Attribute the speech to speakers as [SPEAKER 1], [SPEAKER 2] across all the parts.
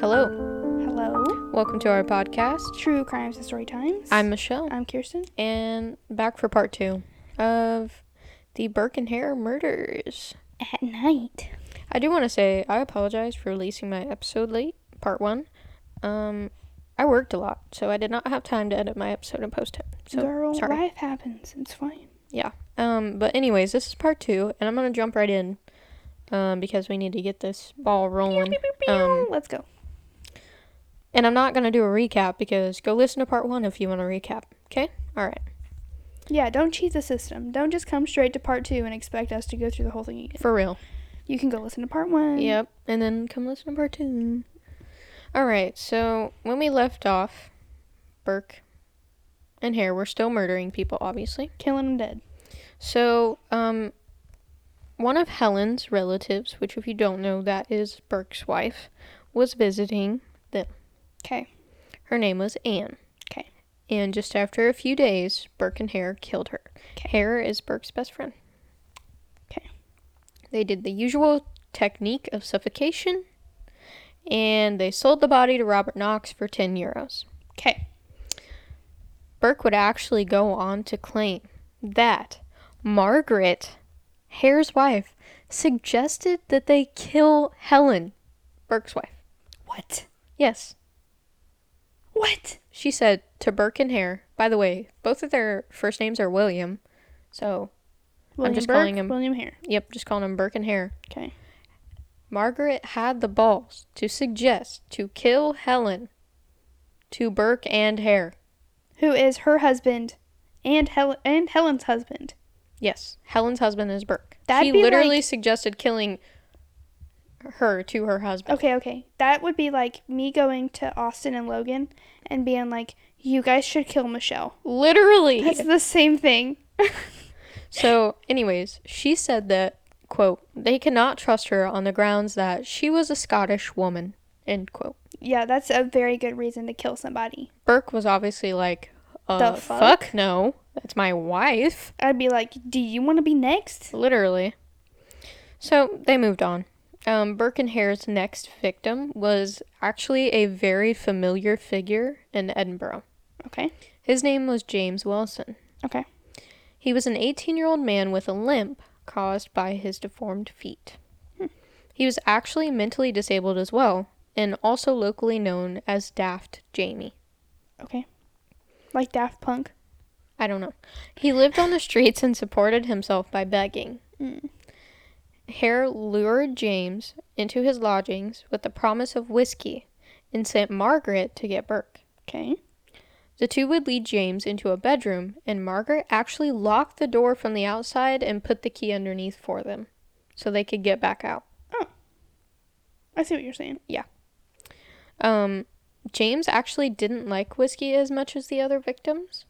[SPEAKER 1] Hello.
[SPEAKER 2] Hello.
[SPEAKER 1] Welcome to our podcast.
[SPEAKER 2] True Crimes and Story Times.
[SPEAKER 1] I'm Michelle
[SPEAKER 2] I'm Kirsten.
[SPEAKER 1] and back for part 2 of the Burke and Hare murders.
[SPEAKER 2] At night.
[SPEAKER 1] I do want to say I apologize for releasing my episode late, part 1. Um I worked a lot, so I did not have time to edit my episode and post it. So
[SPEAKER 2] Girl,
[SPEAKER 1] sorry.
[SPEAKER 2] life happens. It's fine.
[SPEAKER 1] Um but anyways, this is part 2 and I'm going to jump right in um because we need to get this ball rolling. Um
[SPEAKER 2] Let's go.
[SPEAKER 1] and I'm not going to do a recap because go listen to part 1 if you want a recap, okay? All right.
[SPEAKER 2] Yeah, don't cheat the system. Don't just come straight to part two and expect us to go through the whole thing again.
[SPEAKER 1] For real.
[SPEAKER 2] You can go listen to part one.
[SPEAKER 1] Yep. And then come listen to part two. All right. So when we left off, Burke and Hare were still murdering people, obviously.
[SPEAKER 2] Killing them dead.
[SPEAKER 1] So, um, one of Helen's relatives, which if you don't know, that is Burke's wife, was visiting them.
[SPEAKER 2] 'Kay.
[SPEAKER 1] Her name was Anne.
[SPEAKER 2] 'Kay.
[SPEAKER 1] And just after a few days, Burke and Hare killed her.
[SPEAKER 2] 'Kay.
[SPEAKER 1] Hare is Burke's best friend.
[SPEAKER 2] 'Kay.
[SPEAKER 1] They did the usual technique of suffocation, and they sold the body to Robert Knox for 10 euros.
[SPEAKER 2] 'Kay.
[SPEAKER 1] Burke would actually go on to claim that Margaret, Hare's wife, suggested that they kill Helen, Burke's wife.
[SPEAKER 2] What?
[SPEAKER 1] Yes,
[SPEAKER 2] What?
[SPEAKER 1] she said to Burke and Hare. By the way, both of their first names are William, so
[SPEAKER 2] William
[SPEAKER 1] just
[SPEAKER 2] Burke,
[SPEAKER 1] calling him-
[SPEAKER 2] William Hare.
[SPEAKER 1] yep, just calling them Burke and Hare.
[SPEAKER 2] 'Kay.
[SPEAKER 1] Margaret had the balls to suggest to kill Helen to Burke and Hare.
[SPEAKER 2] Who is her husband and Hel- and Helen's husband.
[SPEAKER 1] Yes, Helen's husband is Burke.
[SPEAKER 2] That'd
[SPEAKER 1] she
[SPEAKER 2] be
[SPEAKER 1] literally
[SPEAKER 2] like-
[SPEAKER 1] suggested killing her to her husband.
[SPEAKER 2] Okay, okay. That would be like me going to Austin and Logan and being like, you guys should kill Michelle.
[SPEAKER 1] Literally.
[SPEAKER 2] That's the same thing.
[SPEAKER 1] so, anyways, she said that, quote, they cannot trust her on the grounds that she was a Scottish woman, end quote.
[SPEAKER 2] Yeah, that's a very good reason to kill somebody.
[SPEAKER 1] Burke was obviously like, uh,
[SPEAKER 2] The
[SPEAKER 1] fuck?
[SPEAKER 2] fuck?
[SPEAKER 1] no. That's my wife.
[SPEAKER 2] I'd be like, do you want to be next?
[SPEAKER 1] Literally. So, they moved on. Um, Burke and Hare's next victim was actually a very familiar figure in Edinburgh.
[SPEAKER 2] Okay.
[SPEAKER 1] His name was James Wilson.
[SPEAKER 2] Okay.
[SPEAKER 1] He was an 18 year old man with a limp caused by his deformed feet.
[SPEAKER 2] Hmm.
[SPEAKER 1] He was actually mentally disabled as well, and also locally known as Daft Jamie.
[SPEAKER 2] Okay. Like Daft Punk.
[SPEAKER 1] I don't know. He lived on the streets and supported himself by begging.
[SPEAKER 2] Mm.
[SPEAKER 1] Hare lured James into his lodgings with the promise of whiskey and sent Margaret to get Burke.
[SPEAKER 2] Okay.
[SPEAKER 1] The two would lead James into a bedroom, and Margaret actually locked the door from the outside and put the key underneath for them so they could get back out.
[SPEAKER 2] I see what you're saying.
[SPEAKER 1] Um, James actually didn't like whiskey as much as the other victims.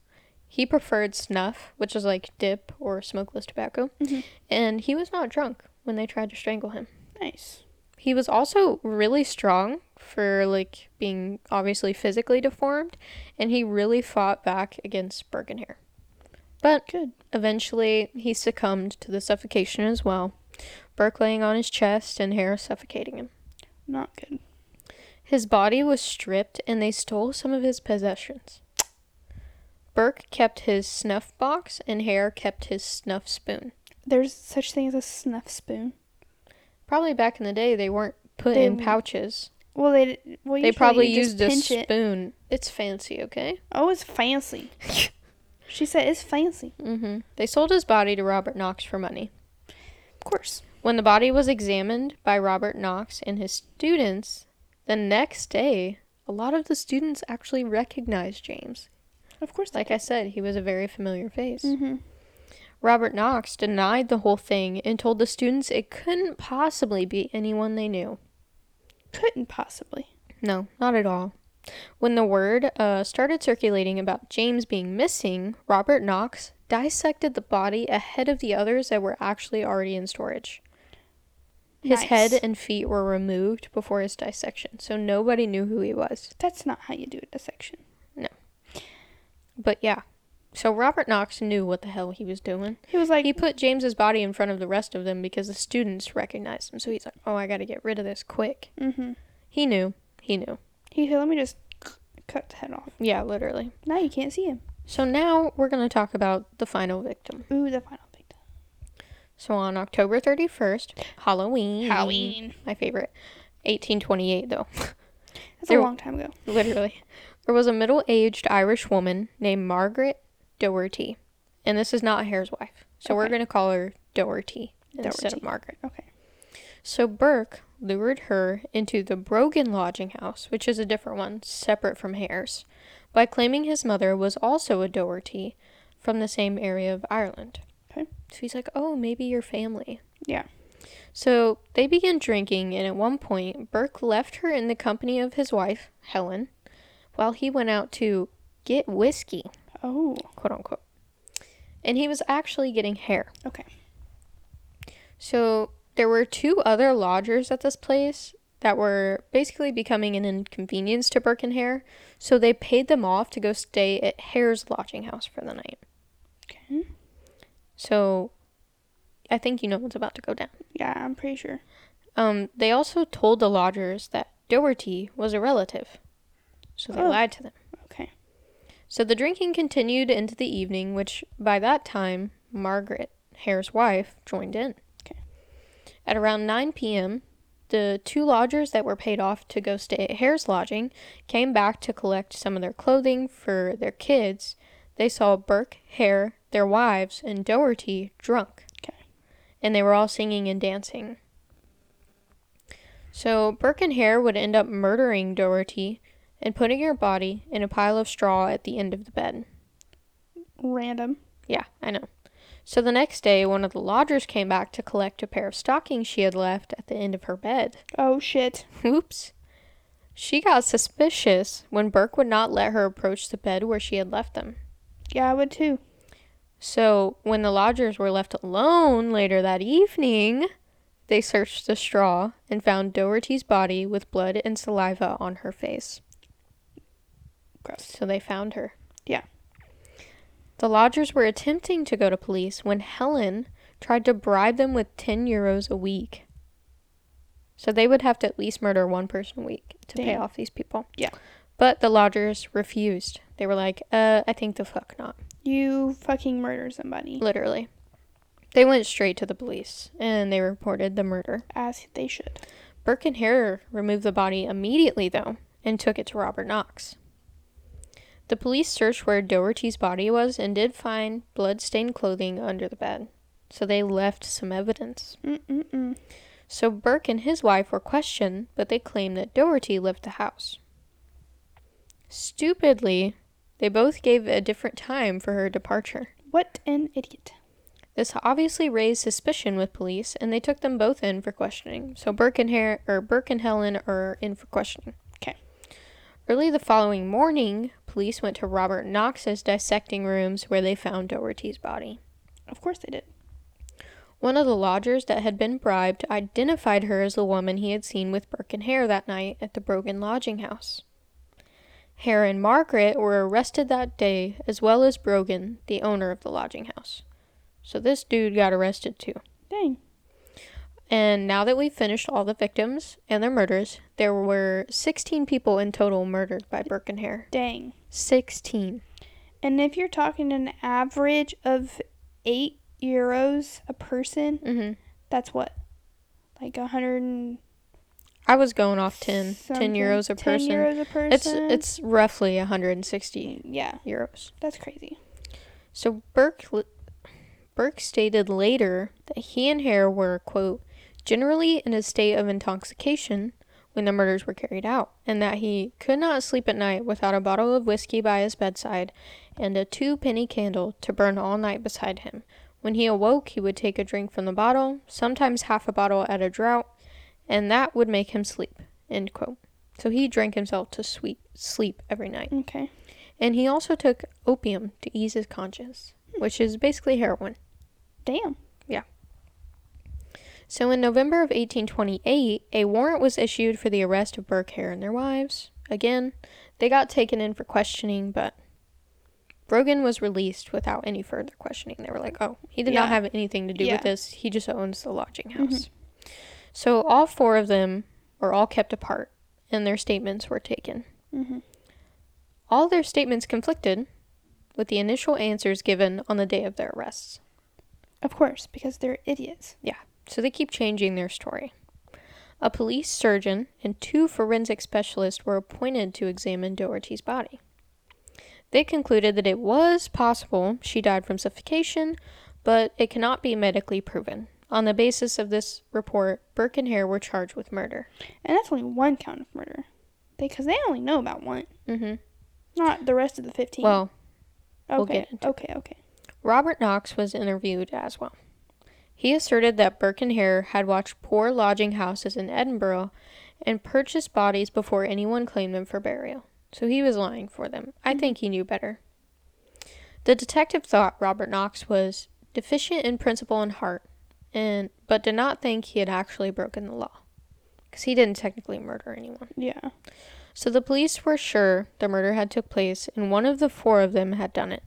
[SPEAKER 1] He preferred snuff, which is like dip or smokeless tobacco,
[SPEAKER 2] Mhm.
[SPEAKER 1] and he was not drunk when they tried to strangle him.
[SPEAKER 2] Nice.
[SPEAKER 1] He was also really strong for like being obviously physically deformed, and he really fought back against Bergenhair. But
[SPEAKER 2] Good.
[SPEAKER 1] Eventually, he succumbed to the suffocation as well, Burke laying on his chest and Hare suffocating him.
[SPEAKER 2] Not good.
[SPEAKER 1] His body was stripped and they stole some of his possessions. Burke kept his snuff box and Hare kept his snuff spoon.
[SPEAKER 2] There's such thing as a snuff spoon.
[SPEAKER 1] Probably back in the day, they weren't put
[SPEAKER 2] They
[SPEAKER 1] in
[SPEAKER 2] w-
[SPEAKER 1] pouches.
[SPEAKER 2] Well, they well usually
[SPEAKER 1] They probably
[SPEAKER 2] you
[SPEAKER 1] used
[SPEAKER 2] just
[SPEAKER 1] a
[SPEAKER 2] pinch it.
[SPEAKER 1] spoon. It's fancy, okay?
[SPEAKER 2] Oh, it's fancy. she said it's fancy.
[SPEAKER 1] Mm-hmm. They sold his body to Robert Knox for money.
[SPEAKER 2] Of course.
[SPEAKER 1] When the body was examined by Robert Knox and his students, the next day, a lot of the students actually recognized James.
[SPEAKER 2] Of course.
[SPEAKER 1] Like I said, he was a very familiar face.
[SPEAKER 2] Mm-hmm.
[SPEAKER 1] Robert Knox denied the whole thing and told the students it couldn't possibly be anyone they knew.
[SPEAKER 2] Couldn't possibly.
[SPEAKER 1] No, not at all. When the word uh, started circulating about James being missing, Robert Knox dissected the body ahead of the others that were actually already in storage. His
[SPEAKER 2] Nice.
[SPEAKER 1] head and feet were removed before his dissection, so nobody knew who he was.
[SPEAKER 2] That's not how you do a dissection.
[SPEAKER 1] But yeah, so Robert Knox knew what the hell he was doing.
[SPEAKER 2] He was like,
[SPEAKER 1] He put James's body in front of the rest of them because the students recognized him. So he's like, "Oh, I got to get rid of this quick."
[SPEAKER 2] mm-hmm.
[SPEAKER 1] He knew. He knew.
[SPEAKER 2] He said, let me just cut the head off.
[SPEAKER 1] Yeah, literally.
[SPEAKER 2] Now you can't see him.
[SPEAKER 1] So now we're going to talk about the final victim.
[SPEAKER 2] Ooh, the final thing.
[SPEAKER 1] So on October 31st, Halloween. My favorite. 1828 though.
[SPEAKER 2] That's
[SPEAKER 1] There-
[SPEAKER 2] a long time ago.
[SPEAKER 1] literally. There was a middle-aged Irish woman named Margaret Doherty. And this is not Hare's wife. So we're
[SPEAKER 2] Okay.
[SPEAKER 1] going to call her Doherty instead of
[SPEAKER 2] Doherty.
[SPEAKER 1] Margaret.
[SPEAKER 2] Okay.
[SPEAKER 1] So Burke lured her into the Brogan lodging house, which is a different one, separate from Hare's, by claiming his mother was also a Doherty from the same area of Ireland.
[SPEAKER 2] Okay.
[SPEAKER 1] So he's like, oh, maybe your family.
[SPEAKER 2] Yeah.
[SPEAKER 1] So they begin drinking, and at one point, Burke left her in the company of his wife, Helen, while he went out to get whiskey,
[SPEAKER 2] Oh,
[SPEAKER 1] quote unquote. And he was actually getting hair.
[SPEAKER 2] okay.
[SPEAKER 1] So there were two other lodgers at this place that were basically becoming an inconvenience to Burke and Hare, so they paid them off to go stay at Hare's lodging house for the night.
[SPEAKER 2] Okay.
[SPEAKER 1] So I think you know what's about to go down.
[SPEAKER 2] Yeah, I'm pretty sure.
[SPEAKER 1] Um, they also told the lodgers that Doherty was a relative, so they
[SPEAKER 2] Oh.
[SPEAKER 1] lied to them.
[SPEAKER 2] Okay.
[SPEAKER 1] So the drinking continued into the evening, which by that time, Margaret, Hare's wife, joined in.
[SPEAKER 2] Okay.
[SPEAKER 1] At around 9 p.m., the two lodgers that were paid off to go stay at Hare's lodging came back to collect some of their clothing for their kids. They saw Burke, Hare, their wives, and Doherty drunk.
[SPEAKER 2] Okay.
[SPEAKER 1] And they were all singing and dancing. So Burke and Hare would end up murdering Doherty and putting her body in a pile of straw at the end of the bed.
[SPEAKER 2] Random.
[SPEAKER 1] Yeah, I know. So the next day, one of the lodgers came back to collect a pair of stockings she had left at the end of her bed.
[SPEAKER 2] Oh shit.
[SPEAKER 1] Oops. She got suspicious when Burke would not let her approach the bed where she had left them.
[SPEAKER 2] Yeah, I would too.
[SPEAKER 1] So when the lodgers were left alone later that evening, they searched the straw and found Doherty's body with blood and saliva on her face.
[SPEAKER 2] Gross.
[SPEAKER 1] So they found her.
[SPEAKER 2] Yeah.
[SPEAKER 1] The lodgers were attempting to go to police when Helen tried to bribe them with 10 euros a week. So they would have to at least murder one person a week to pay
[SPEAKER 2] Damn.
[SPEAKER 1] off these people.
[SPEAKER 2] Yeah.
[SPEAKER 1] But the lodgers refused. They were like, uh, I think the fuck not.
[SPEAKER 2] You fucking murdered somebody.
[SPEAKER 1] Literally. They went straight to the police and they reported the murder.
[SPEAKER 2] As they should.
[SPEAKER 1] Burke and Hare removed the body immediately, though, and took it to Robert Knox. The police searched where Doherty's body was and did find blood-stained clothing under the bed, so they left some evidence.
[SPEAKER 2] Mm-mm-mm.
[SPEAKER 1] So Burke and his wife were questioned, but they claimed that Doherty left the house. Stupidly, they both gave a different time for her departure.
[SPEAKER 2] What an idiot.
[SPEAKER 1] This obviously raised suspicion with police, and they took them both in for questioning. So Burke and Hare, or Burke and Helen are in for questioning.
[SPEAKER 2] 'Kay.
[SPEAKER 1] Early the following morning, police went to Robert Knox's dissecting rooms where they found Doherty's body.
[SPEAKER 2] Of course they did.
[SPEAKER 1] One of the lodgers that had been bribed identified her as the woman he had seen with Burke and Hare that night at the Brogan lodging house. Hare and Margaret were arrested that day, as well as Brogan, the owner of the lodging house. So this dude got arrested too.
[SPEAKER 2] Dang.
[SPEAKER 1] And now that we've finished all the victims and their murders, there were 16 people in total murdered by Burke and Hare.
[SPEAKER 2] Dang.
[SPEAKER 1] 16.
[SPEAKER 2] And if you're talking an average of eight euros a person,
[SPEAKER 1] Mm-hmm.
[SPEAKER 2] that's what? Like a hundred and
[SPEAKER 1] I was going off 10. 10 euros a person.
[SPEAKER 2] Ten euros a person.
[SPEAKER 1] It's it's roughly 160
[SPEAKER 2] yeah,
[SPEAKER 1] euros.
[SPEAKER 2] that's crazy.
[SPEAKER 1] So Burke l- Burke stated later that he and Hare were quote generally in a state of intoxication when the murders were carried out, and that he could not sleep at night without a bottle of whiskey by his bedside and a two penny candle to burn all night beside him, When he awoke, he would take a drink from the bottle, sometimes half a bottle at a draught, and that would make him sleep. End quote. So he drank himself to sweet sleep every night.
[SPEAKER 2] Okay.
[SPEAKER 1] And he also took opium to ease his conscience,
[SPEAKER 2] Hmm.
[SPEAKER 1] which is basically heroin.
[SPEAKER 2] Damn.
[SPEAKER 1] So in November of 1828, a warrant was issued for the arrest of Burke Hare and their wives. Again, they got taken in for questioning, but Brogan was released without any further questioning. They were like, "Oh, he did not
[SPEAKER 2] Yeah.
[SPEAKER 1] have anything to do
[SPEAKER 2] Yeah. Mm-hmm.
[SPEAKER 1] with this. He just owns the lodging house." So all four of them were all kept apart, and their statements were taken.
[SPEAKER 2] hmm
[SPEAKER 1] All their statements conflicted with the initial answers given on the day of their arrests.
[SPEAKER 2] Of course, because they're idiots.
[SPEAKER 1] so they keep changing their story. A police surgeon and two forensic specialists were appointed to examine Doherty's body. They concluded that it was possible she died from suffocation, but it cannot be medically proven. On the basis of this report, Burke and Hare were charged with murder.
[SPEAKER 2] And that's only one count of murder. Because they only know about one,
[SPEAKER 1] Mm-hmm.
[SPEAKER 2] not the rest of the 15.
[SPEAKER 1] Well,
[SPEAKER 2] okay.
[SPEAKER 1] we'll get into
[SPEAKER 2] okay, okay.
[SPEAKER 1] Robert Knox was interviewed as well. He asserted that Burke and Hare had watched poor lodging houses in Edinburgh and purchased bodies before anyone claimed them for burial. So he was lying for them. I think he knew better. The detective thought Robert Knox was deficient in principle and heart, and but did not think he had actually broken the law, because he didn't technically murder anyone.
[SPEAKER 2] Yeah.
[SPEAKER 1] So the police were sure the murder had took place and one of the four of them had done it.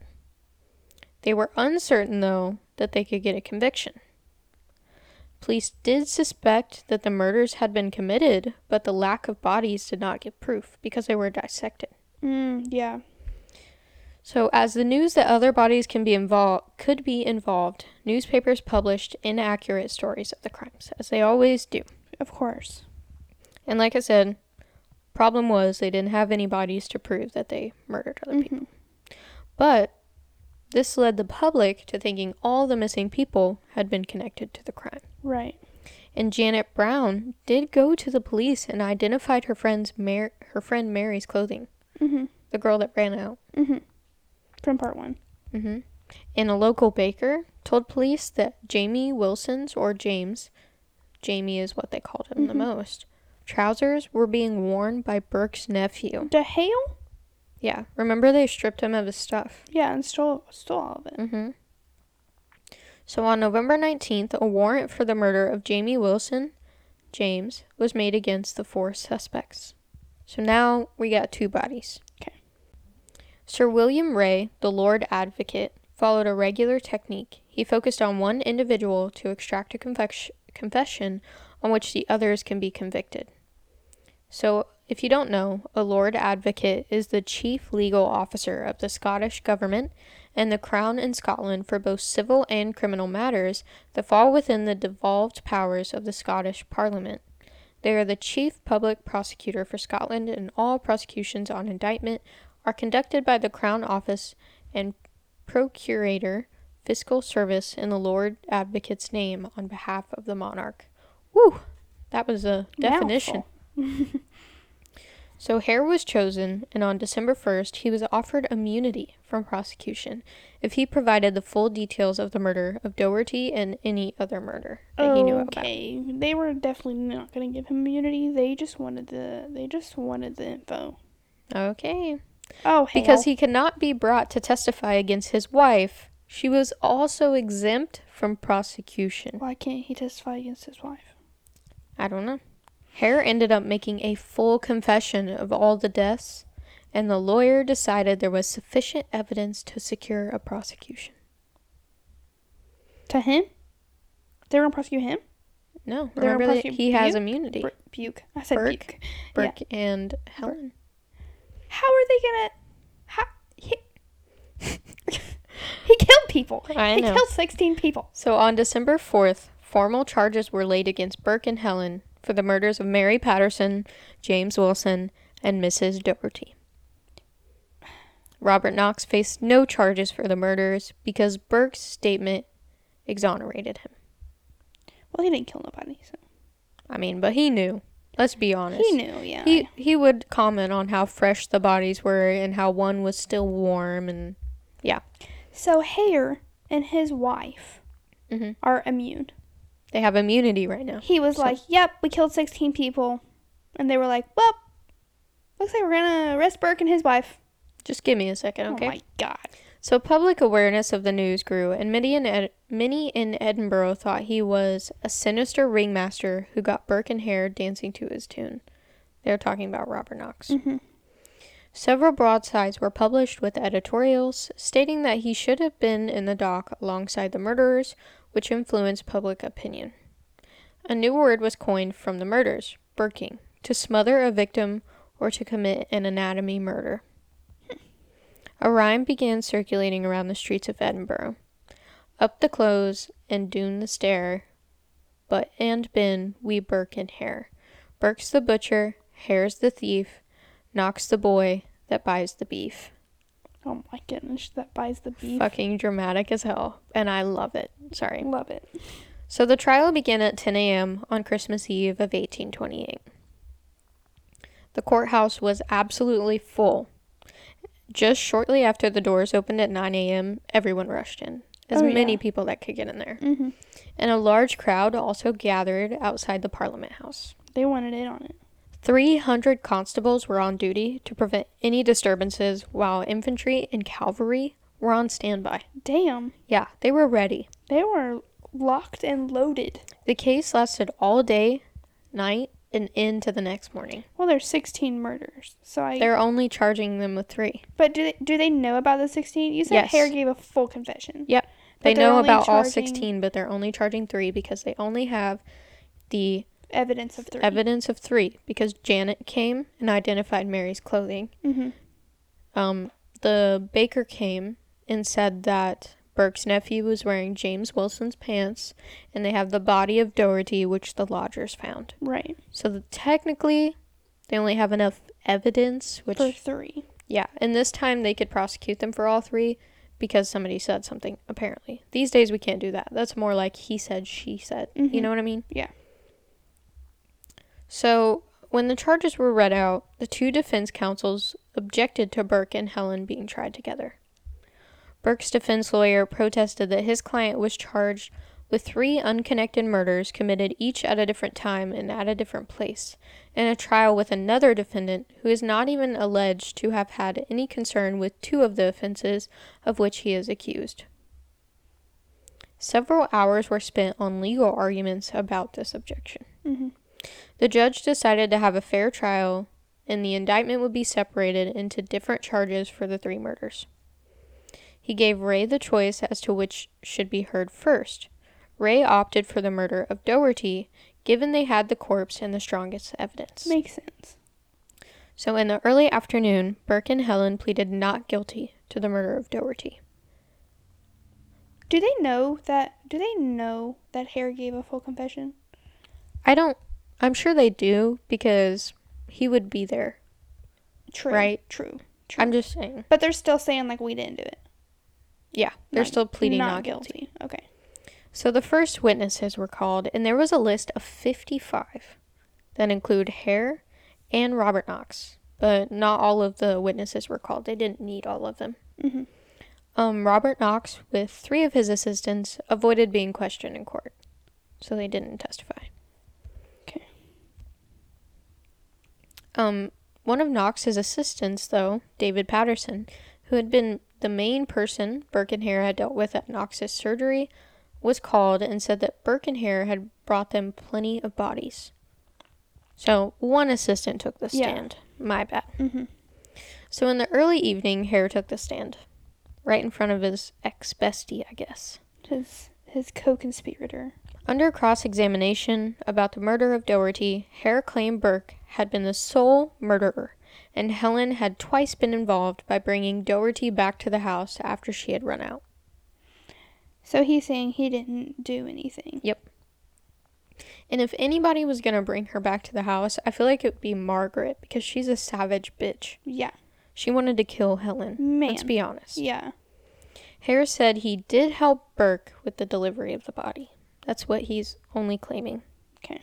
[SPEAKER 1] They were uncertain though that they could get a conviction. Police did suspect that the murders had been committed, but the lack of bodies did not give proof because they were dissected.
[SPEAKER 2] Mm, yeah.
[SPEAKER 1] So as the news that other bodies can be involved could be involved, newspapers published inaccurate stories of the crimes as they always do.
[SPEAKER 2] Of course.
[SPEAKER 1] And like I said, problem was they didn't have any bodies to prove that they murdered other people.
[SPEAKER 2] Mhm.
[SPEAKER 1] But this led the public to thinking all the missing people had been connected to the crime.
[SPEAKER 2] Mm-hmm. Right.
[SPEAKER 1] And Janet Brown did go to the police and identified her friend's Mar- her friend Mary's clothing,
[SPEAKER 2] Mm-hmm.
[SPEAKER 1] the girl that ran out.
[SPEAKER 2] Mm-hmm. From part one.
[SPEAKER 1] Mm-hmm. And a local baker told police that Jamie Wilson's or James, Jamie is what they called him the
[SPEAKER 2] Mhm.
[SPEAKER 1] most, trousers were being worn by Burke's nephew.
[SPEAKER 2] The hail?
[SPEAKER 1] Yeah, remember they stripped him of his stuff.
[SPEAKER 2] Yeah, and stole stole all of it.
[SPEAKER 1] Mm-hmm. So on November 19th, a warrant for the murder of Jamie Wilson, James, was made against the four suspects. So now we got two bodies.
[SPEAKER 2] 'Kay.
[SPEAKER 1] Sir William Ray, the Lord Advocate, followed a regular technique. He focused on one individual to extract a confex- confession on which the others can be convicted. So, if you don't know, a Lord Advocate is the chief legal officer of the Scottish government and the Crown in Scotland for both civil and criminal matters that fall within the devolved powers of the Scottish Parliament. They are the chief public prosecutor for Scotland, and all prosecutions on indictment are conducted by the Crown Office and Procurator Fiscal Service in the Lord Advocate's name on behalf of the monarch. Woo! That was a definition. So Hare was chosen, and on December 1st, he was offered immunity from prosecution if he provided the full details of the murder of Doherty and any other murder that he knew about.
[SPEAKER 2] Oh, okay. They were definitely not gonna give him immunity. They just wanted the they just wanted the info.
[SPEAKER 1] Okay.
[SPEAKER 2] Oh hail.
[SPEAKER 1] Because he could not be brought to testify against his wife, she was also exempt from prosecution.
[SPEAKER 2] why can't he testify against his wife?
[SPEAKER 1] I don't know. Hare ended up making a full confession of all the deaths, and the lawyer decided there was sufficient evidence to secure a prosecution.
[SPEAKER 2] To him? They were gonna prosecute him?
[SPEAKER 1] No,
[SPEAKER 2] They're
[SPEAKER 1] remember that
[SPEAKER 2] prosecute
[SPEAKER 1] he has
[SPEAKER 2] Buke?
[SPEAKER 1] immunity.
[SPEAKER 2] Bur- Buke. I said
[SPEAKER 1] Burke.
[SPEAKER 2] Buke. Yeah.
[SPEAKER 1] Burke and Helen.
[SPEAKER 2] How are they gonna? How he, he killed people.
[SPEAKER 1] I
[SPEAKER 2] he
[SPEAKER 1] know.
[SPEAKER 2] killed sixteen people.
[SPEAKER 1] So on December 4th, formal charges were laid against Burke and Helen for the murders of Mary Patterson, James Wilson, and Mrs. Doherty. Robert Knox faced no charges for the murders because Burke's statement exonerated him.
[SPEAKER 2] Well, he didn't kill nobody, so
[SPEAKER 1] I mean, but he knew. Let's be honest.
[SPEAKER 2] he knew. Yeah.
[SPEAKER 1] He, he would comment on how fresh the bodies were and how one was still warm and
[SPEAKER 2] so Hare and his wife
[SPEAKER 1] Mhm.
[SPEAKER 2] are immune.
[SPEAKER 1] They have immunity right now.
[SPEAKER 2] He was
[SPEAKER 1] So-
[SPEAKER 2] like, "Yep, we killed 16 people," and they were like, "Well, looks like we're gonna arrest Burke and his wife."
[SPEAKER 1] Just give me a second, okay?
[SPEAKER 2] Oh my god.
[SPEAKER 1] So public awareness of the news grew, and many in, Ed- many in Edinburgh thought he was a sinister ringmaster who got Burke and Hare dancing to his tune. They're talking about Robert Knox.
[SPEAKER 2] Mhm.
[SPEAKER 1] Several broadsides were published with editorials stating that he should have been in the dock alongside the murderers, which influenced public opinion. A new word was coined from the murders, Burking, to smother a victim or to commit an anatomy murder. A rhyme began circulating around the streets of Edinburgh. Up the close and down the stair, but and bin we Burke and Hare. Burke's the butcher, Hare's the thief, Knox the boy that buys the beef.
[SPEAKER 2] Oh my goodness, that buys the beef.
[SPEAKER 1] Fucking dramatic as hell, and I love it. Sorry.
[SPEAKER 2] Love it.
[SPEAKER 1] So the trial began at 10 a.m. on Christmas Eve of 1828. The courthouse was absolutely full. Just shortly after the doors opened at 9 a.m., everyone rushed in. As
[SPEAKER 2] Oh,
[SPEAKER 1] many
[SPEAKER 2] yeah.
[SPEAKER 1] people that could get in there.
[SPEAKER 2] Mhm.
[SPEAKER 1] And a large crowd also gathered outside the Parliament House.
[SPEAKER 2] They wanted in on it.
[SPEAKER 1] 300 constables were on duty to prevent any disturbances, while infantry and cavalry were on standby.
[SPEAKER 2] Damn.
[SPEAKER 1] Yeah, they were ready.
[SPEAKER 2] They were locked and loaded.
[SPEAKER 1] The case lasted all day, night, and into the next morning.
[SPEAKER 2] Well, there's 16 murders. So I
[SPEAKER 1] They're only charging them with three.
[SPEAKER 2] But do they, do they know about the 16? You said
[SPEAKER 1] Yes.
[SPEAKER 2] Hare gave a full confession.
[SPEAKER 1] Yep.
[SPEAKER 2] But
[SPEAKER 1] They
[SPEAKER 2] they're
[SPEAKER 1] know
[SPEAKER 2] only
[SPEAKER 1] about all
[SPEAKER 2] charging
[SPEAKER 1] 16, but they're only charging three because they only have the
[SPEAKER 2] Evidence of 3.
[SPEAKER 1] evidence of three because Janet came and identified Mary's clothing.
[SPEAKER 2] Mhm.
[SPEAKER 1] Um, the baker came and said that Burke's nephew was wearing James Wilson's pants, and they have the body of Doherty, which the lodgers found.
[SPEAKER 2] Right.
[SPEAKER 1] So the, technically, they only have enough evidence, which,
[SPEAKER 2] For 3.
[SPEAKER 1] yeah, and this time they could prosecute them for all three because somebody said something, apparently. These days we can't do that. That's more like he said, she said. You
[SPEAKER 2] Mhm.
[SPEAKER 1] know what I mean?
[SPEAKER 2] Yeah.
[SPEAKER 1] So, when the charges were read out, the two defense counsels objected to Burke and Helen being tried together. Burke's defense lawyer protested that his client was charged with three unconnected murders committed each at a different time and at a different place, in a trial with another defendant who is not even alleged to have had any concern with two of the offenses of which he is accused. Several hours were spent on legal arguments about this objection.
[SPEAKER 2] Mhm.
[SPEAKER 1] The judge decided to have a fair trial, and the indictment would be separated into different charges for the three murders. He gave Ray the choice as to which should be heard first. Ray opted for the murder of Doherty, given they had the corpse and the strongest evidence.
[SPEAKER 2] Makes sense.
[SPEAKER 1] So, in the early afternoon, Burke and Helen pleaded not guilty to the murder of Doherty.
[SPEAKER 2] Do they know that do they know that Hare gave a full confession?
[SPEAKER 1] I don't, I'm sure they do because he would be there.
[SPEAKER 2] True.
[SPEAKER 1] Right.
[SPEAKER 2] True.
[SPEAKER 1] I'm just saying.
[SPEAKER 2] But they're still saying like we didn't do it.
[SPEAKER 1] Yeah, they're
[SPEAKER 2] Not-
[SPEAKER 1] still pleading not, guilty.
[SPEAKER 2] Okay.
[SPEAKER 1] So the first witnesses were called, and there was a list of 55 that include Hare and Robert Knox, but not all of the witnesses were called. They didn't need all of them.
[SPEAKER 2] Mhm.
[SPEAKER 1] Um, Robert Knox, with three of his assistants, avoided being questioned in court, so they didn't testify.
[SPEAKER 2] Okay.
[SPEAKER 1] Um, one of Knox's assistants, though, David Patterson, who had been the main person Burke and Hare had dealt with at Knox's surgery, was called and said that Burke and Hare had brought them plenty of bodies. So one assistant took the
[SPEAKER 2] Yeah.
[SPEAKER 1] stand. My bad.
[SPEAKER 2] Mhm.
[SPEAKER 1] So in the early evening, Hare took the stand, right in front of his ex bestie, I guess.
[SPEAKER 2] His his co-conspirator.
[SPEAKER 1] Under cross examination about the murder of Doherty, Hare claimed Burke had been the sole murderer, and Helen had twice been involved by bringing Doherty back to the house after she had run out.
[SPEAKER 2] So he's saying he didn't do anything.
[SPEAKER 1] And if anybody was going to bring her back to the house, I feel like it would be Margaret because she's a savage bitch.
[SPEAKER 2] Yeah.
[SPEAKER 1] She wanted to kill Helen.
[SPEAKER 2] Man.
[SPEAKER 1] Let's be honest.
[SPEAKER 2] yeah.
[SPEAKER 1] Hare said he did help Burke with the delivery of the body. That's what he's only claiming.
[SPEAKER 2] Okay.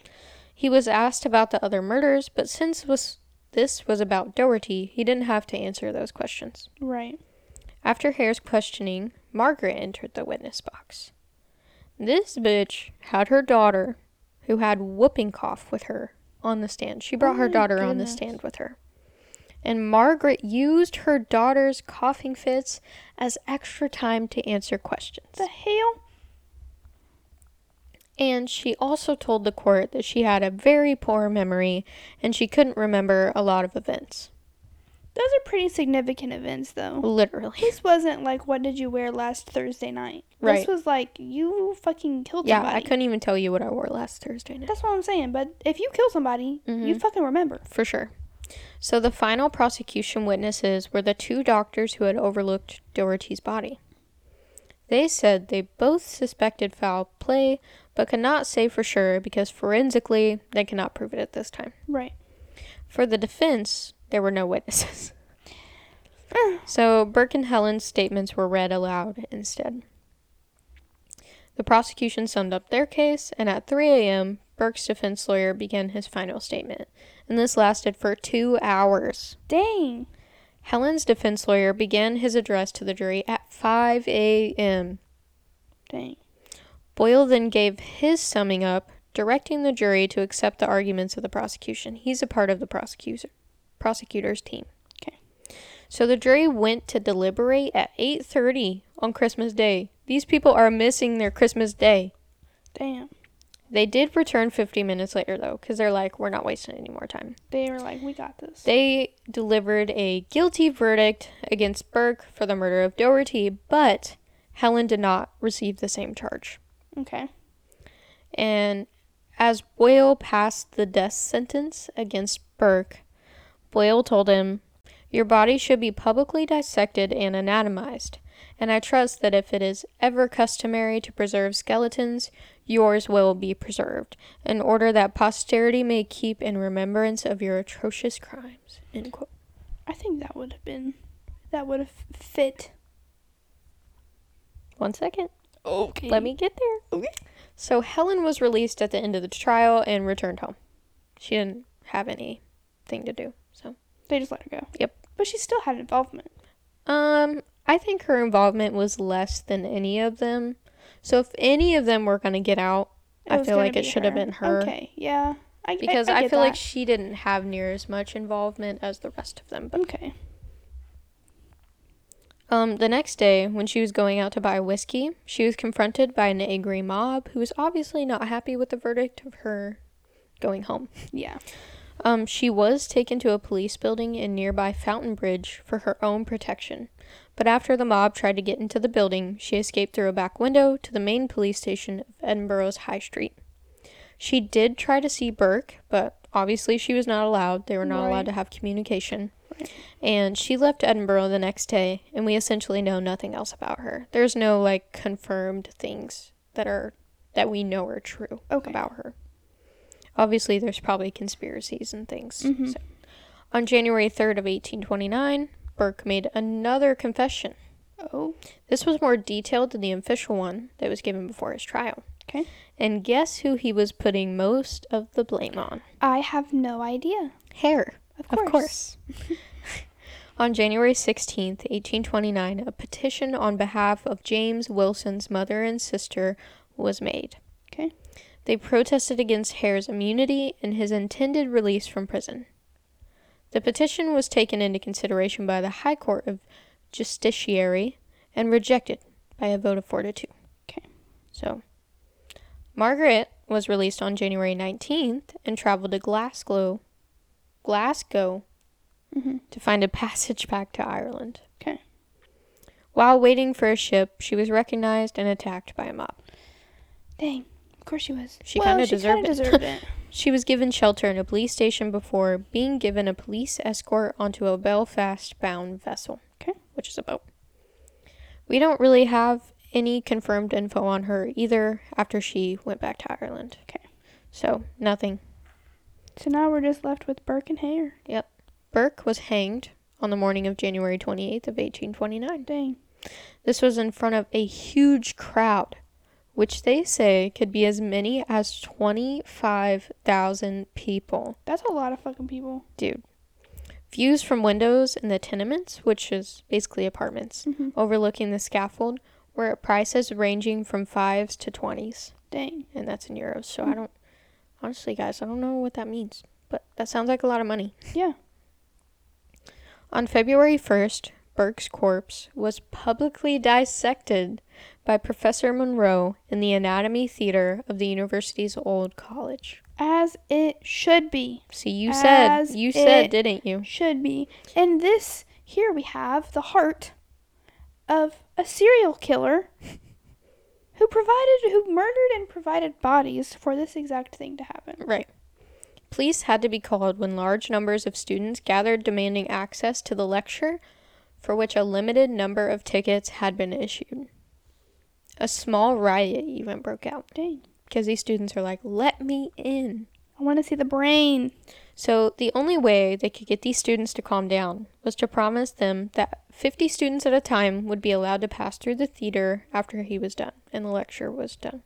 [SPEAKER 1] He was asked about the other murders, but since was this was about Doherty, he didn't have to answer those questions.
[SPEAKER 2] Right.
[SPEAKER 1] After Hare's questioning, Margaret entered the witness box. This bitch had her daughter, who had whooping cough with her, on the stand. She brought
[SPEAKER 2] Oh
[SPEAKER 1] her
[SPEAKER 2] my
[SPEAKER 1] daughter on the
[SPEAKER 2] goodness.
[SPEAKER 1] stand with her. And Margaret used her daughter's coughing fits as extra time to answer questions.
[SPEAKER 2] The hell?
[SPEAKER 1] And she also told the court that she had a very poor memory and she couldn't remember a lot of events.
[SPEAKER 2] Those are pretty significant events, though.
[SPEAKER 1] Literally.
[SPEAKER 2] This wasn't like, what did you wear last Thursday night?
[SPEAKER 1] Right.
[SPEAKER 2] This was like, you fucking killed
[SPEAKER 1] Yeah,
[SPEAKER 2] somebody.
[SPEAKER 1] I couldn't even tell you what I wore last Thursday night.
[SPEAKER 2] That's what I'm saying. But if you kill somebody,
[SPEAKER 1] Mm-hmm.
[SPEAKER 2] you fucking remember.
[SPEAKER 1] For sure. So the final prosecution witnesses were the two doctors who had overlooked Doherty's body. They said they both suspected foul play, but could not say for sure because forensically they cannot prove it at this time.
[SPEAKER 2] Right.
[SPEAKER 1] For the defense, there were no witnesses. so Burke and Helen's statements were read aloud instead. The prosecution summed up their case, and at 3 a.m., Burke's defense lawyer began his final statement, and this lasted for two hours.
[SPEAKER 2] Dang.
[SPEAKER 1] Helen's defense lawyer began his address to the jury at 5 a.m.
[SPEAKER 2] Dang.
[SPEAKER 1] Boyle then gave his summing up, directing the jury to accept the arguments of the prosecution. He's a part of the prosecutor prosecutor's team.
[SPEAKER 2] Okay.
[SPEAKER 1] So the jury went to deliberate at 8:30 on Christmas Day. These people are missing their Christmas Day.
[SPEAKER 2] Damn.
[SPEAKER 1] They did return 50 minutes later though cuz they're like we're not wasting any more time.
[SPEAKER 2] They were like, we got this.
[SPEAKER 1] They delivered a guilty verdict against Burke for the murder of Doherty, but Helen did not receive the same charge.
[SPEAKER 2] okay.
[SPEAKER 1] And as Boyle passed the death sentence against Burke, Boyle told him, Your body should be publicly dissected and anatomized, and I trust that if it is ever customary to preserve skeletons, yours will be preserved, in order that posterity may keep in remembrance of your atrocious crimes. End quote.
[SPEAKER 2] I think that would have been, that would have fit.
[SPEAKER 1] One second.
[SPEAKER 2] Okay.
[SPEAKER 1] Let me get there.
[SPEAKER 2] Okay.
[SPEAKER 1] So Helen was released at the end of the trial and returned home. She didn't have anything to do. So
[SPEAKER 2] They just let her go.
[SPEAKER 1] Yep.
[SPEAKER 2] But she still had involvement.
[SPEAKER 1] um I think her involvement was less than any of them. So if any of them were gonna get out,
[SPEAKER 2] It
[SPEAKER 1] I
[SPEAKER 2] was
[SPEAKER 1] feel
[SPEAKER 2] gonna
[SPEAKER 1] like it
[SPEAKER 2] be
[SPEAKER 1] should have been her.
[SPEAKER 2] Okay. Yeah. I,
[SPEAKER 1] Because I,
[SPEAKER 2] I, get
[SPEAKER 1] feel like
[SPEAKER 2] that.
[SPEAKER 1] she didn't have near as much involvement as the rest of them. But
[SPEAKER 2] okay.
[SPEAKER 1] um the next day when she was going out to buy whiskey, she was confronted by an angry mob who was obviously not happy with the verdict of her going home.
[SPEAKER 2] Yeah.
[SPEAKER 1] Um, she was taken to a police building in nearby Fountain Bridge for her own protection, but after the mob tried to get into the building, she escaped through a back window to the main police station of Edinburgh's High Street. She did try to see Burke, but obviously she was not allowed. They were not
[SPEAKER 2] Right.
[SPEAKER 1] allowed to have communication.
[SPEAKER 2] Right.
[SPEAKER 1] And she left Edinburgh the next day, and we essentially know nothing else about her. There's no like confirmed things that are that we know are true
[SPEAKER 2] Okay.
[SPEAKER 1] about her. Obviously, there's probably conspiracies and things.
[SPEAKER 2] Mhm.
[SPEAKER 1] So. On January 3rd of 1829, Burke made another confession.
[SPEAKER 2] Oh.
[SPEAKER 1] This was more detailed than the official one that was given before his trial.
[SPEAKER 2] Okay.
[SPEAKER 1] And guess who he was putting most of the blame on?
[SPEAKER 2] I have no idea.
[SPEAKER 1] Hair.
[SPEAKER 2] Of
[SPEAKER 1] Of
[SPEAKER 2] course.
[SPEAKER 1] course. on January 16th, 1829, a petition on behalf of James Wilson's mother and sister was made.
[SPEAKER 2] Okay.
[SPEAKER 1] They protested against Hare's immunity and his intended release from prison. The petition was taken into consideration by the High Court of Justiciary and rejected by a vote of 4 to 2.
[SPEAKER 2] Okay.
[SPEAKER 1] So, Margaret was released on January 19th and traveled to Glasgow, Glasgow
[SPEAKER 2] Mhm.
[SPEAKER 1] to find a passage back to Ireland.
[SPEAKER 2] Okay.
[SPEAKER 1] While waiting for a ship, she was recognized and attacked by a mob.
[SPEAKER 2] Dang. Of course she was.
[SPEAKER 1] She
[SPEAKER 2] Well,
[SPEAKER 1] kinda deserved
[SPEAKER 2] kinda
[SPEAKER 1] it.
[SPEAKER 2] deserved it.
[SPEAKER 1] She was given shelter in a police station before being given a police escort onto a Belfast bound vessel.
[SPEAKER 2] Okay.
[SPEAKER 1] Which is a boat. We don't really have any confirmed info on her either after she went back to Ireland.
[SPEAKER 2] Okay.
[SPEAKER 1] So, nothing.
[SPEAKER 2] So now we're just left with Burke and Hare.
[SPEAKER 1] Burke was hanged on the morning of January 28th of 1829.
[SPEAKER 2] Dang.
[SPEAKER 1] This was in front of a huge crowd, which they say could be as many as 25,000 people.
[SPEAKER 2] That's a lot of fucking people.
[SPEAKER 1] Views from windows in the tenements, which is basically apartments,
[SPEAKER 2] Mhm.
[SPEAKER 1] overlooking the scaffold, where prices ranging from fives to twenties,
[SPEAKER 2] Dang.
[SPEAKER 1] and that's in euros. So
[SPEAKER 2] Mm.
[SPEAKER 1] I don't, honestly, guys, I don't know what that means, but that sounds like a lot of money.
[SPEAKER 2] Yeah.
[SPEAKER 1] On February 1st, Burke's corpse was publicly dissected by Professor Monroe in the Anatomy Theater of the university's old college.
[SPEAKER 2] As it should be.
[SPEAKER 1] So you said,
[SPEAKER 2] As
[SPEAKER 1] you said,
[SPEAKER 2] it-
[SPEAKER 1] didn't you?
[SPEAKER 2] Should be. And this here we have the heart of a serial killer who provided who murdered and provided bodies for this exact thing to happen.
[SPEAKER 1] Right. Police had to be called when large numbers of students gathered demanding access to the lecture, for which a limited number of tickets had been issued. A small riot even broke out
[SPEAKER 2] Dang.
[SPEAKER 1] because these students are like, let me in.
[SPEAKER 2] I want to see the brain.
[SPEAKER 1] So the only way they could get these students to calm down was to promise them that 50 students at a time would be allowed to pass through the theater after he was done and the lecture was done.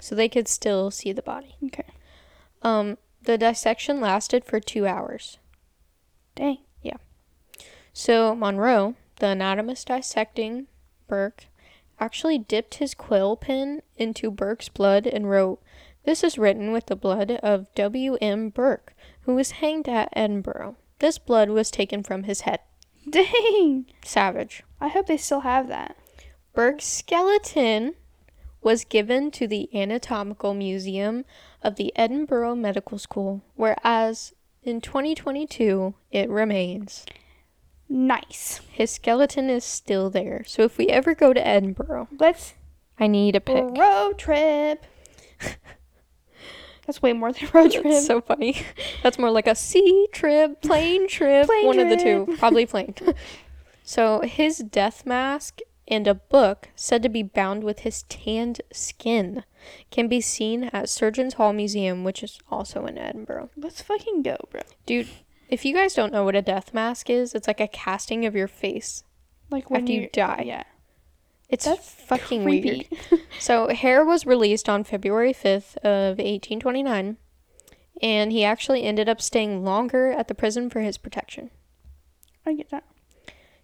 [SPEAKER 1] So they could still see the body.
[SPEAKER 2] Okay.
[SPEAKER 1] Um, the dissection lasted for two hours.
[SPEAKER 2] Dang.
[SPEAKER 1] So Monroe, the anatomist dissecting Burke, actually dipped his quill pen into Burke's blood and wrote, This is written with the blood of W.M. Burke, who was hanged at Edinburgh. This blood was taken from his head.
[SPEAKER 2] Dang.
[SPEAKER 1] Savage.
[SPEAKER 2] I hope they still have that.
[SPEAKER 1] Burke's skeleton was given to the Anatomical Museum of the Edinburgh Medical School, whereas in 2022 it remains.
[SPEAKER 2] Nice.
[SPEAKER 1] His skeleton is still there. So if we ever go to Edinburgh,
[SPEAKER 2] Let's
[SPEAKER 1] I need a pic.
[SPEAKER 2] road trip. That's way more than road trip.
[SPEAKER 1] That's so funny. That's more like a sea trip, plane trip,
[SPEAKER 2] Plane
[SPEAKER 1] one of the
[SPEAKER 2] trip.
[SPEAKER 1] two, probably plane. so his death mask and a book said to be bound with his tanned skin can be seen at Surgeons Hall Museum, which is also in Edinburgh.
[SPEAKER 2] Let's fucking go, bro.
[SPEAKER 1] Dude, if you guys don't know what a death mask is, it's like a casting of your face.
[SPEAKER 2] Like when
[SPEAKER 1] After you
[SPEAKER 2] you're-
[SPEAKER 1] die.
[SPEAKER 2] Yeah.
[SPEAKER 1] It's
[SPEAKER 2] That's
[SPEAKER 1] fucking weird.
[SPEAKER 2] Creepy.
[SPEAKER 1] So Hare was released on February 5th of 1829 and he actually ended up staying longer at the prison for his protection.
[SPEAKER 2] I get that.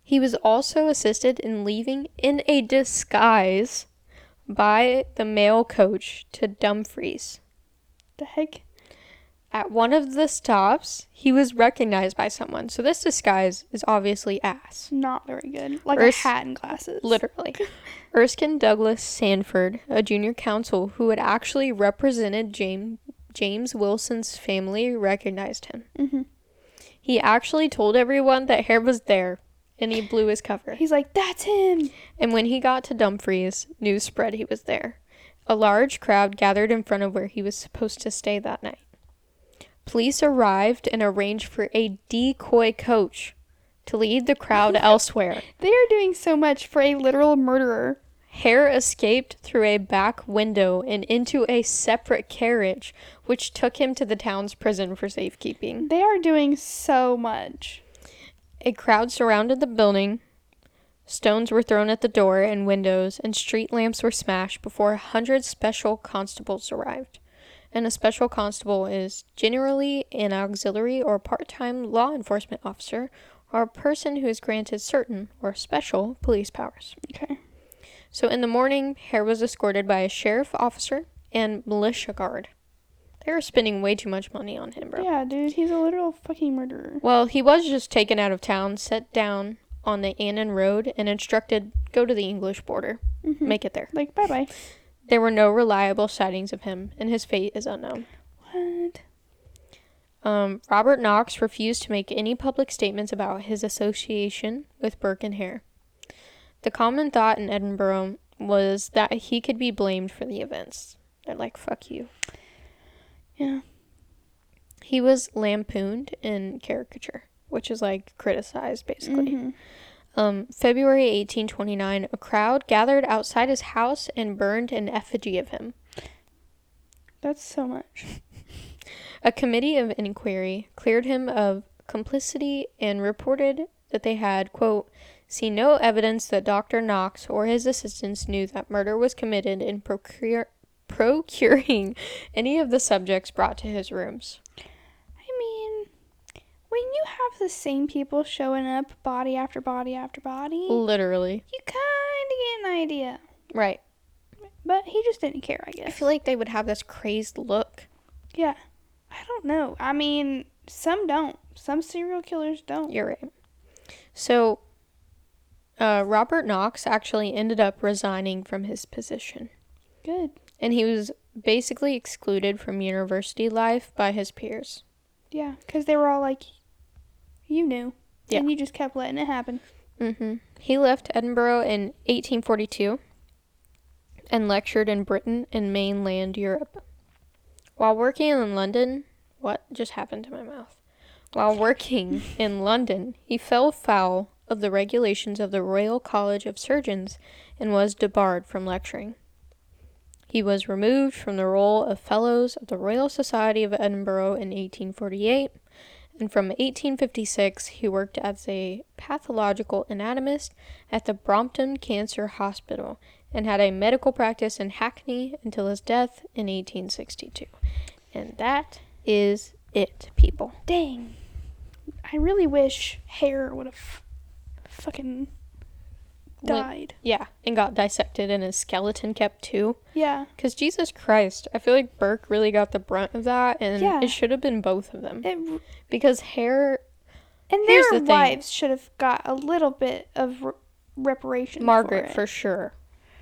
[SPEAKER 1] He was also assisted in leaving in a disguise by the mail coach to Dumfries.
[SPEAKER 2] The heck?
[SPEAKER 1] At one of the stops, he was recognized by someone. So this disguise is obviously ass.
[SPEAKER 2] Not very good. Like a
[SPEAKER 1] Ers-
[SPEAKER 2] hat and glasses.
[SPEAKER 1] Literally. Erskine Douglas Sanford, a junior counsel who had actually represented James, James Wilson's family, recognized him.
[SPEAKER 2] hmm
[SPEAKER 1] He actually told everyone that Hare was there and he blew his cover.
[SPEAKER 2] He's like, that's him.
[SPEAKER 1] And when he got to Dumfries, news spread he was there. A large crowd gathered in front of where he was supposed to stay that night. Police arrived and arranged for a decoy coach to lead the crowd elsewhere.
[SPEAKER 2] They are doing so much for a literal murderer.
[SPEAKER 1] Hare escaped through a back window and into a separate carriage, which took him to the town's prison for safekeeping.
[SPEAKER 2] They are doing so much.
[SPEAKER 1] A crowd surrounded the building. Stones were thrown at the door and windows, and street lamps were smashed before a hundred special constables arrived. And a special constable is generally an auxiliary or part time law enforcement officer or a person who is granted certain or special police powers.
[SPEAKER 2] Okay.
[SPEAKER 1] So in the morning, Hare was escorted by a sheriff officer and militia guard. They were spending way too much money on him, bro.
[SPEAKER 2] Yeah, dude, he's a literal fucking murderer.
[SPEAKER 1] Well, he was just taken out of town, set down on the Annan Road, and instructed go to the English border,
[SPEAKER 2] Mhm.
[SPEAKER 1] make it there.
[SPEAKER 2] Like, bye bye.
[SPEAKER 1] There were no reliable sightings of him, and his fate is unknown.
[SPEAKER 2] What?
[SPEAKER 1] Um, Robert Knox refused to make any public statements about his association with Burke and Hare. The common thought in Edinburgh was that he could be blamed for the events. They're like, fuck you.
[SPEAKER 2] Yeah.
[SPEAKER 1] He was lampooned in caricature, which is like criticized basically.
[SPEAKER 2] Mhm.
[SPEAKER 1] Um, February 1829, a crowd gathered outside his house and burned an effigy of him.
[SPEAKER 2] That's so much.
[SPEAKER 1] A committee of inquiry cleared him of complicity and reported that they had, quote, seen no evidence that Dr. Knox or his assistants knew that murder was committed in procure- procuring any of the subjects brought to his rooms.
[SPEAKER 2] I mean, when you have the same people showing up body after body after body,
[SPEAKER 1] Literally.
[SPEAKER 2] you kind of get an idea.
[SPEAKER 1] Right.
[SPEAKER 2] But he just didn't care, I guess.
[SPEAKER 1] I feel like they would have this crazed look.
[SPEAKER 2] yeah. I don't know. I mean, some don't. Some serial killers don't.
[SPEAKER 1] You're right. So, uh, Robert Knox actually ended up resigning from his position.
[SPEAKER 2] Good.
[SPEAKER 1] And he was basically excluded from university life by his peers.
[SPEAKER 2] Yeah, because they were all like, you knew.
[SPEAKER 1] Yeah.
[SPEAKER 2] And you just kept letting it happen.
[SPEAKER 1] hmm He left Edinburgh in 1842 and lectured in Britain and mainland Europe. While working in London, what just happened to my mouth? While working in London, he fell foul of the regulations of the Royal College of Surgeons and was debarred from lecturing. He was removed from the roll of Fellows of the Royal Society of Edinburgh in 1848 and from 1856 he worked as a pathological anatomist at the Brompton Cancer Hospital and had a medical practice in Hackney until his death in 1862. And that is it, people.
[SPEAKER 2] Dang. I really wish hair would have fucking
[SPEAKER 1] Went-
[SPEAKER 2] died.
[SPEAKER 1] Yeah, and got dissected and his skeleton kept too.
[SPEAKER 2] yeah.
[SPEAKER 1] Because Jesus Christ, I feel like Burke really got the brunt of that, and
[SPEAKER 2] Yeah.
[SPEAKER 1] it should have been both of them.
[SPEAKER 2] It, and
[SPEAKER 1] Because hair Here's
[SPEAKER 2] their
[SPEAKER 1] the thing.
[SPEAKER 2] wives should have got a little bit of re- reparation. for
[SPEAKER 1] Margaret
[SPEAKER 2] it.
[SPEAKER 1] for, sure.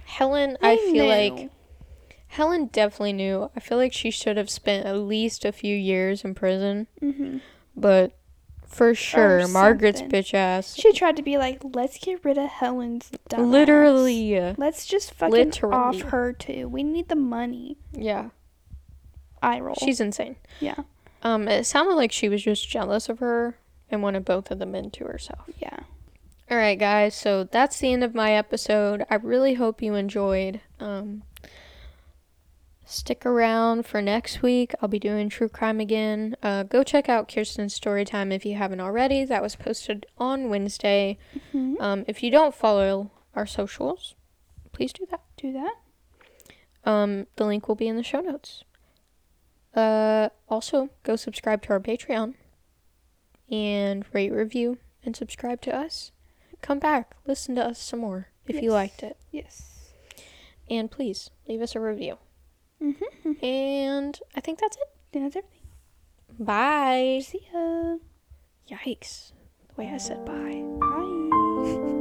[SPEAKER 1] Helen, I
[SPEAKER 2] They
[SPEAKER 1] feel
[SPEAKER 2] knew.
[SPEAKER 1] like Helen definitely knew. I feel like she should have spent at least a few years in prison,
[SPEAKER 2] Mhm.
[SPEAKER 1] but for sure, Margaret's
[SPEAKER 2] something.
[SPEAKER 1] bitch ass.
[SPEAKER 2] She tried to be like, let's get rid of Helen's. Dumbass.
[SPEAKER 1] Literally,
[SPEAKER 2] Let's just fucking
[SPEAKER 1] Literally.
[SPEAKER 2] off her too. We need the money.
[SPEAKER 1] yeah,
[SPEAKER 2] I roll.
[SPEAKER 1] she's insane.
[SPEAKER 2] yeah,
[SPEAKER 1] Um, it sounded like she was just jealous of her and wanted both of the men to herself.
[SPEAKER 2] yeah.
[SPEAKER 1] All right, guys. So that's the end of my episode. I really hope you enjoyed. Um, stick around for next week. I'll be doing true crime again. Uh, go check out Kirsten's Storytime if you haven't already. That was posted on Wednesday.
[SPEAKER 2] Mhm.
[SPEAKER 1] Um, if you don't follow our socials, please do that.
[SPEAKER 2] Do that.
[SPEAKER 1] Um, the link will be in the show notes. Uh, also, go subscribe to our Patreon and rate, review, and subscribe to us. Come back, listen to us some more if you
[SPEAKER 2] Yes.
[SPEAKER 1] liked it.
[SPEAKER 2] Yes.
[SPEAKER 1] And please leave us a review.
[SPEAKER 2] Mm-hmm.
[SPEAKER 1] And I think that's it.
[SPEAKER 2] That's everything.
[SPEAKER 1] Bye.
[SPEAKER 2] See ya.
[SPEAKER 1] Yikes. The way I said bye.
[SPEAKER 2] Bye.